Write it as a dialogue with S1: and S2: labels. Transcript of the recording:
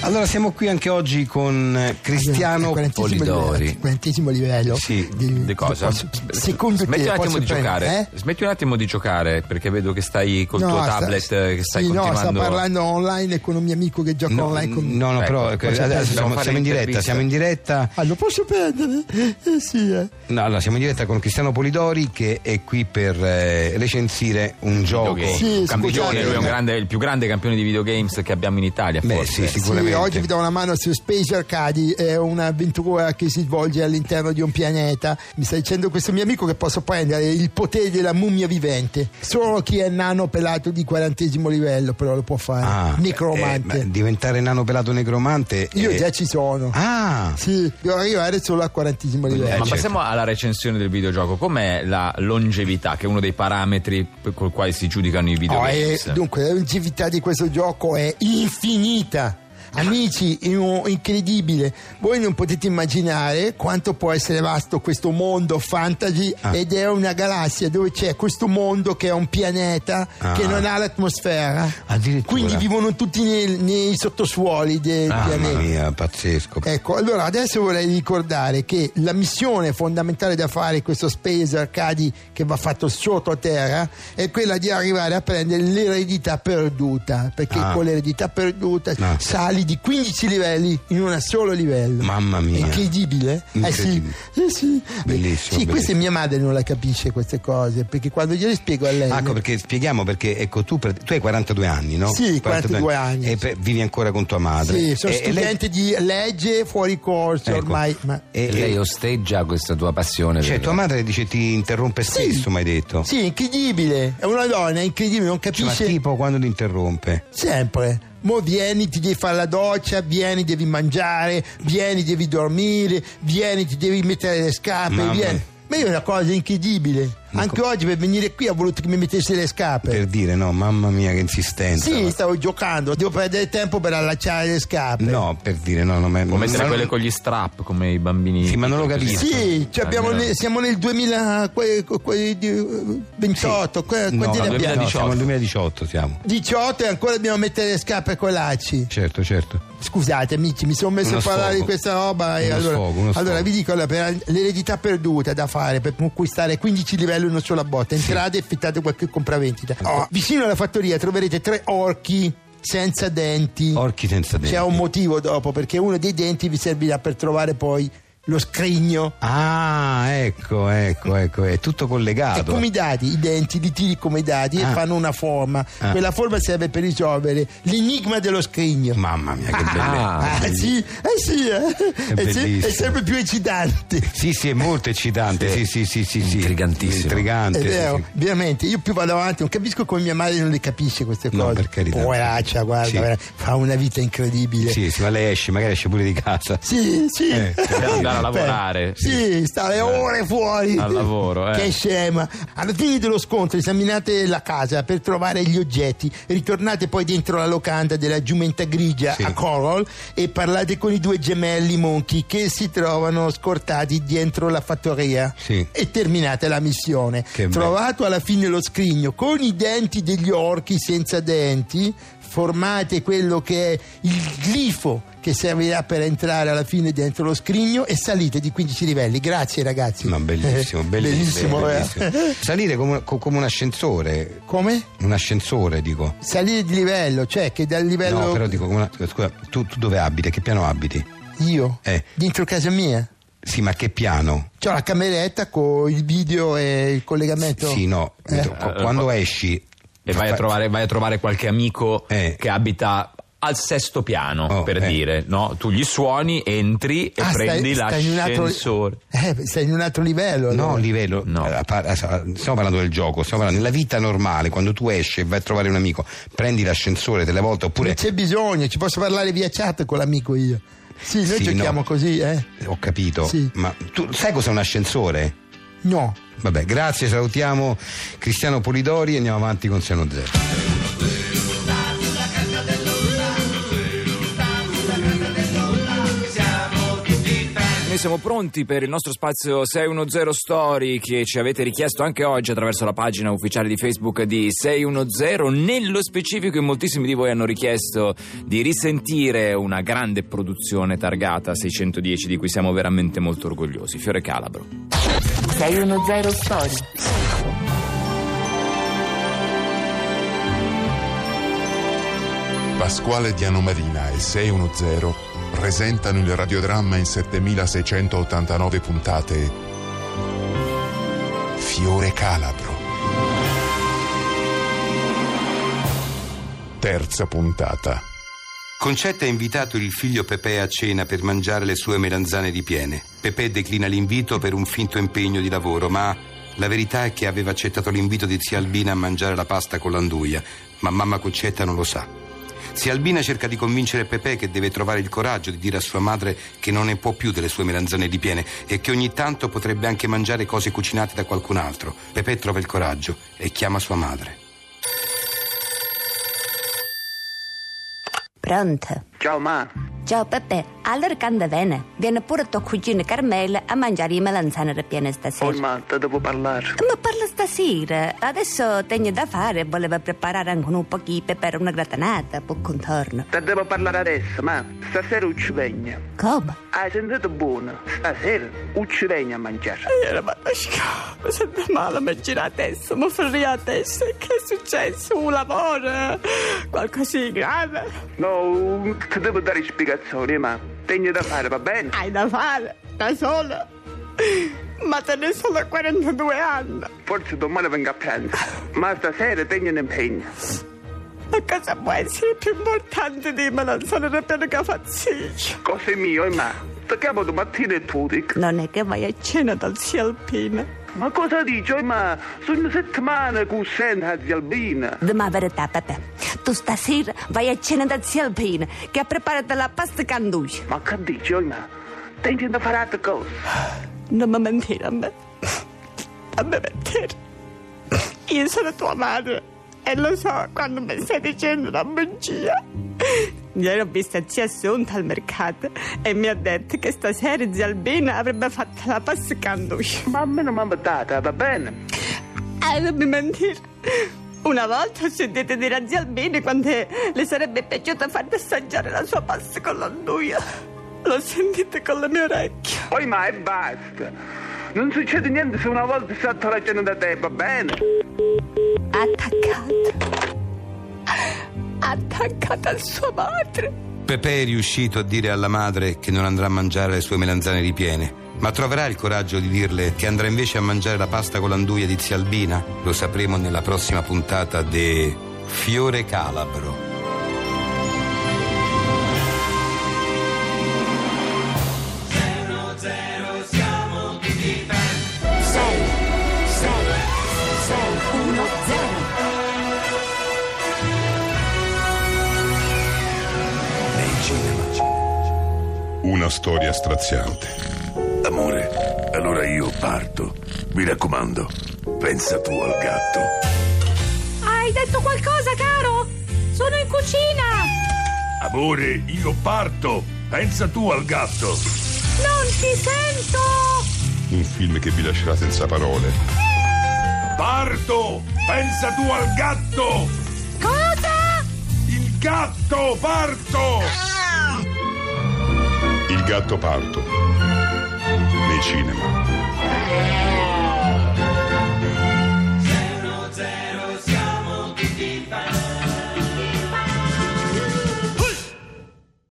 S1: Allora siamo qui anche oggi con eh, Cristiano
S2: Al quarantesimo
S3: Polidori.
S2: livello- al quarantesimo livello.
S1: Sì,
S2: del-
S3: Di cosa?
S2: posso- Secondo
S3: Smetti
S2: te
S3: un attimo
S2: posso
S3: di
S2: prendere,
S3: giocare.
S2: eh?
S3: Smetti un attimo di giocare perché vedo che stai col
S2: No,
S3: tuo
S2: sta-
S3: tablet eh, che stai
S2: sì, no, sta
S3: continuando.
S2: parlando online con un mio amico che gioca online con
S1: No, no,
S3: Ecco,
S1: però
S3: ecco,
S1: eh, adesso
S3: dobbiamo
S1: siamo,
S3: fare
S1: siamo in diretta,
S3: l'intervista.
S1: siamo in diretta.
S2: Ah, lo posso prendere? Eh, sì, eh.
S1: No, allora, siamo in diretta con Cristiano Polidori che è qui per eh, recensire un gioco.
S3: Videogame.
S2: Sì,
S3: Un
S2: scusate,
S3: campione, lui è un
S2: eh.
S3: grande- il più grande campione di videogames che abbiamo in Italia.
S1: Beh,
S3: forse.
S1: sì, sì.
S2: Sì, eh,
S1: Sicuramente.
S2: oggi vi do una mano su Space Arcadi, è un'avventura che si svolge all'interno di un pianeta. Mi sta dicendo questo mio amico che posso prendere il potere della mummia vivente. Solo chi è nano pelato di quarantesimo livello però lo può fare.
S1: Ah,
S2: Necromante.
S1: eh, ma diventare nano pelato necromante.
S2: Io
S1: eh,
S2: già ci sono.
S1: Ah,
S2: Sì, devo arrivare solo al quarantesimo
S1: Eh,
S3: Ma
S1: certo.
S2: livello.
S3: passiamo alla recensione del videogioco. Com'è la longevità, che è uno dei parametri per- col quale si giudicano i
S2: No, eh,
S3: videogames?
S2: dunque, la longevità di questo gioco è infinita. Amici, è un- incredibile. Voi non potete immaginare quanto può essere vasto questo mondo fantasy
S1: Ah.
S2: ed è una galassia dove c'è questo mondo che è un pianeta
S1: Ah.
S2: che non ha l'atmosfera.
S1: Addirittura. Ah,
S2: Quindi vivono tutti nei, nei sottosuoli del
S1: mamma
S2: pianeta.
S1: mia, pazzesco.
S2: Ecco, allora adesso vorrei ricordare che la missione fondamentale da fare in questo Space Arcadi che va fatto sottoterra è quella di arrivare a prendere l'eredità perduta, perché
S1: Ah.
S2: con l'eredità perduta
S1: Ah.
S2: sali di 15 livelli in un solo livello.
S1: Mamma mia.
S2: Incredibile. eh?
S1: Incredibile.
S2: Eh sì, eh sì.
S1: Bellissimo,
S2: Sì, queste
S1: bellissimo.
S2: mia madre non la capisce queste cose, perché quando gliele spiego a lei...
S1: Ah, Ecco perché spieghiamo perché ecco tu, per- tu hai 42 anni, no?
S2: Sì, 42 anni.
S1: E per- vivi ancora con tua madre. Eh,
S2: Sì, sono
S1: E- e lei-
S2: studente di legge fuori corso
S1: Ecco.
S2: ormai. ma-
S1: E,
S4: E
S1: e-
S4: lei osteggia questa tua passione.
S1: cioè,
S4: per-
S1: tua madre dice ti interrompe spesso, mi hai detto.
S2: Sì, incredibile. È una donna, è incredibile, non
S1: Cioè, ma
S2: capisce
S1: tipo quando ti interrompe.
S2: sempre. Mo vieni, ti devi fare la doccia, vieni, devi mangiare, vieni, devi dormire, vieni, ti devi mettere le scarpe,
S1: Mamma.
S2: vieni. Ma io è una cosa incredibile. Anche oggi per venire qui ha voluto che mi mettessi le scarpe.
S1: Per dire, no, mamma mia, che insistenza.
S2: Sì,
S1: Ma-
S2: stavo giocando, devo perdere tempo per allacciare le scarpe.
S1: No, per dire, no, no, ma,
S3: Può
S1: ma-
S3: mettere
S1: ma-
S3: quelle con gli strap come i bambini. Ah,
S1: Sì, ma non lo capisco.
S2: Sì, cioè abbiamo
S3: Almeno-
S2: ne- siamo nel 2000, que- que- que- di- 28, que-
S1: No,
S2: quanti ne
S1: no,
S2: abbiamo?
S1: no, siamo nel 2018 siamo.
S2: 18 e ancora dobbiamo mettere le scarpe con lacci.
S1: Certo, certo.
S2: Scusate amici, mi sono messo
S1: Uno
S2: a parlare
S1: sfogo.
S2: di questa roba e
S1: Uno
S2: allora,
S1: sfogo, uno
S2: allora
S1: sfogo.
S2: vi dico allora, per l'eredità perduta da fare per conquistare 15 livelli in una sola botta, entrate e affittate qualche compravendita. Oh, vicino alla fattoria troverete tre orchi senza denti.
S1: Orchi senza denti.
S2: C'è un motivo dopo perché uno dei denti vi servirà per trovare poi lo scrigno.
S1: Ah, ecco, ecco, ecco, è tutto
S2: È
S1: collegato.
S2: Cioè, come i dadi, i denti li tiri come i dadi
S1: Ah.
S2: e fanno una forma.
S1: Ah.
S2: Quella forma serve per risolvere l'enigma dello scrigno.
S1: Mamma mia, che bello.
S2: Ah, sì, eh sì, eh.
S1: È
S2: Eh sì,
S1: bellissimo.
S2: è sempre più eccitante.
S1: Sì, sì, è molto eccitante, sì, sì, sì, sì, sì.
S4: Intrigantissimo.
S1: Intrigante.
S2: È
S1: sì,
S2: vero,
S1: sì.
S2: veramente, io più vado avanti, non capisco come mia madre non le capisce queste cose.
S1: No, per carità.
S2: Poveraccia, guarda,
S1: Sì.
S2: guarda, fa una vita incredibile.
S1: Sì, sì, ma lei esce, magari esce pure di casa.
S2: Sì, sì.
S1: Eh, per
S3: andare a
S2: Beh,
S3: lavorare.
S2: Sì, sta le ore fuori.
S3: Al lavoro, eh.
S2: Che scema. Alla fine dello scontro esaminate la casa per trovare gli oggetti. Ritornate poi dentro la locanda della giumenta grigia
S1: Sì.
S2: a Corol e parlate con i due gemelli monchi che si trovano scortati dentro la fattoria.
S1: Sì.
S2: E terminate la missione.
S1: Che bello.
S2: Trovato alla fine lo scrigno con i denti degli orchi senza denti, formate quello che è il glifo che servirà per entrare alla fine dentro lo scrigno e salite di 15 livelli. Grazie ragazzi.
S1: Ma bellissimo,
S2: Eh,
S1: bellissimo.
S2: eh.
S1: bellissimo. Salire come, co- come un ascensore,
S2: Come?
S1: un ascensore dico.
S2: Salire di livello, cioè che dal livello
S1: No, però dico, come una- scusa, tu, tu dove abiti? Che piano abiti?
S2: io
S1: Eh.
S2: dentro casa mia.
S1: Sì, ma che piano?
S2: C'ho la cameretta con il video e il collegamento.
S1: Sì, no,
S2: Eh.
S1: co- quando esci...
S3: E vai a,
S1: fa-
S3: trovare, vai a trovare qualche amico
S1: Eh.
S3: che abita al sesto piano,
S1: Oh,
S3: per
S1: eh.
S3: dire, no? Tu gli suoni, entri e
S2: Ah, stai-
S3: prendi
S2: stai in un altro-
S3: l'ascensore.
S2: Eh, stai in un altro livello.
S1: No,
S2: allora.
S1: livello. eh,
S3: No.
S1: a par- a- Stiamo parlando del gioco, stiamo parlando della vita normale, quando tu esci e vai a trovare un amico, prendi l'ascensore delle volte
S2: Non
S1: oppure.
S2: c'è bisogno, ci posso parlare via chat con l'amico io. Sì, noi
S1: Sì,
S2: giochiamo
S1: no.
S2: così, eh?
S1: Ho capito,
S2: Sì.
S1: ma tu sai cos'è un ascensore?
S2: No.
S1: Vabbè, grazie, salutiamo Cristiano Polidori e andiamo avanti con Seno Zero.
S5: Siamo tutti fan. noi siamo pronti per il nostro spazio 610 Story che ci avete richiesto anche oggi attraverso la pagina ufficiale di Facebook di 610. Nello specifico, in moltissimi di voi hanno richiesto di risentire una grande produzione targata 610 di cui siamo veramente molto orgogliosi. Fiore Calabro.
S6: 610 Story.
S7: Pasquale Diano Marina e 610 presentano il radiodramma in 7689 puntate Fiore Calabro. Terza puntata.
S8: Concetta ha invitato il figlio Pepe a cena per mangiare le sue melanzane ripiene. Pepe declina l'invito per un finto impegno di lavoro, ma la verità è che aveva accettato l'invito di zia Albina a mangiare la pasta con l'anduia, ma mamma Concetta non lo sa. Zia Albina cerca di convincere Pepe che deve trovare il coraggio di dire a sua madre che non ne può più delle sue melanzane ripiene e che ogni tanto potrebbe anche mangiare cose cucinate da qualcun altro. Pepe trova il coraggio e chiama sua madre.
S6: Pronto?
S9: Ciao ma,
S6: Ciao Peppe, allora canta bene. Viene pure tua cugina Carmela a mangiare i melanzane ripiene stasera.
S9: oh ma, te devo parlare.
S6: Ma parla stasera. Adesso tengo da fare. Voleva preparare anche un po' di per una gratanata, per contorno.
S9: Te devo parlare adesso, ma stasera ci vegna.
S6: Come?
S9: Hai sentito buono? Stasera ci vegna a mangiare.
S10: Era Matasca, mi sembra male immaginare adesso, mi frega adesso. Che è successo? Un lavoro? Qualcosa di grave?
S9: No, ti devo dare spiegazioni, ma tengo da fare, va bene?
S10: Hai da fare, da sola. Ma te ne sono 42 anni.
S9: Forse domani vengo a pranzo, ma stasera tengo un impegno.
S10: Ma cosa può essere più importante di me? Non sono nemmeno capazziccio.
S9: Cose mie, ma, ti chiamo domattina e tu dico.
S6: Non è che vai a...
S10: E cena dal Cialpino.
S9: Ma cosa dici, oh, ma? Sono settimane che sento zia Albina.
S6: Ma verità, Peppe. Tu stasera vai a cena da zia Alpina che ha preparato la pasta canduce.
S9: Ma che dici, oh, ma? Tengo da fare altre cose.
S10: Non mi mentire a me. Non mi mentire. Io sono tua madre e lo so quando mi stai dicendo una bugia. Ieri ho visto zia Assunta al mercato e mi ha detto che stasera zia Albina avrebbe fatto la pasta canduce.
S9: Mamma non mamma data, va bene?
S10: E Ah, non mi mentire. Una volta ho sentito dire a zia Albina quando le sarebbe piaciuto far assaggiare la sua pasta con l'anduia. L'ho sentita con le mie orecchie.
S9: Poi ma e basta. Non succede niente se una volta sotto la cena da te, va bene?
S10: attaccata, attaccata a sua madre.
S8: Pepe è riuscito a dire alla madre che non andrà a mangiare le sue melanzane ripiene, ma troverà il coraggio di dirle che andrà invece a mangiare la pasta con l'anduia di zia Albina? Lo sapremo nella prossima puntata di Fiore Calabro.
S7: Una storia straziante.
S11: Amore, allora io parto. Mi raccomando, pensa tu al gatto.
S6: Hai detto qualcosa, caro? Sono in cucina!
S11: Amore, io parto. Pensa tu al gatto.
S6: Non ti sento!
S7: Un film che vi lascerà senza parole.
S11: Parto! Pensa tu al gatto!
S6: Cosa?
S11: Il gatto, parto!
S7: Il gatto parto. Nei cinema.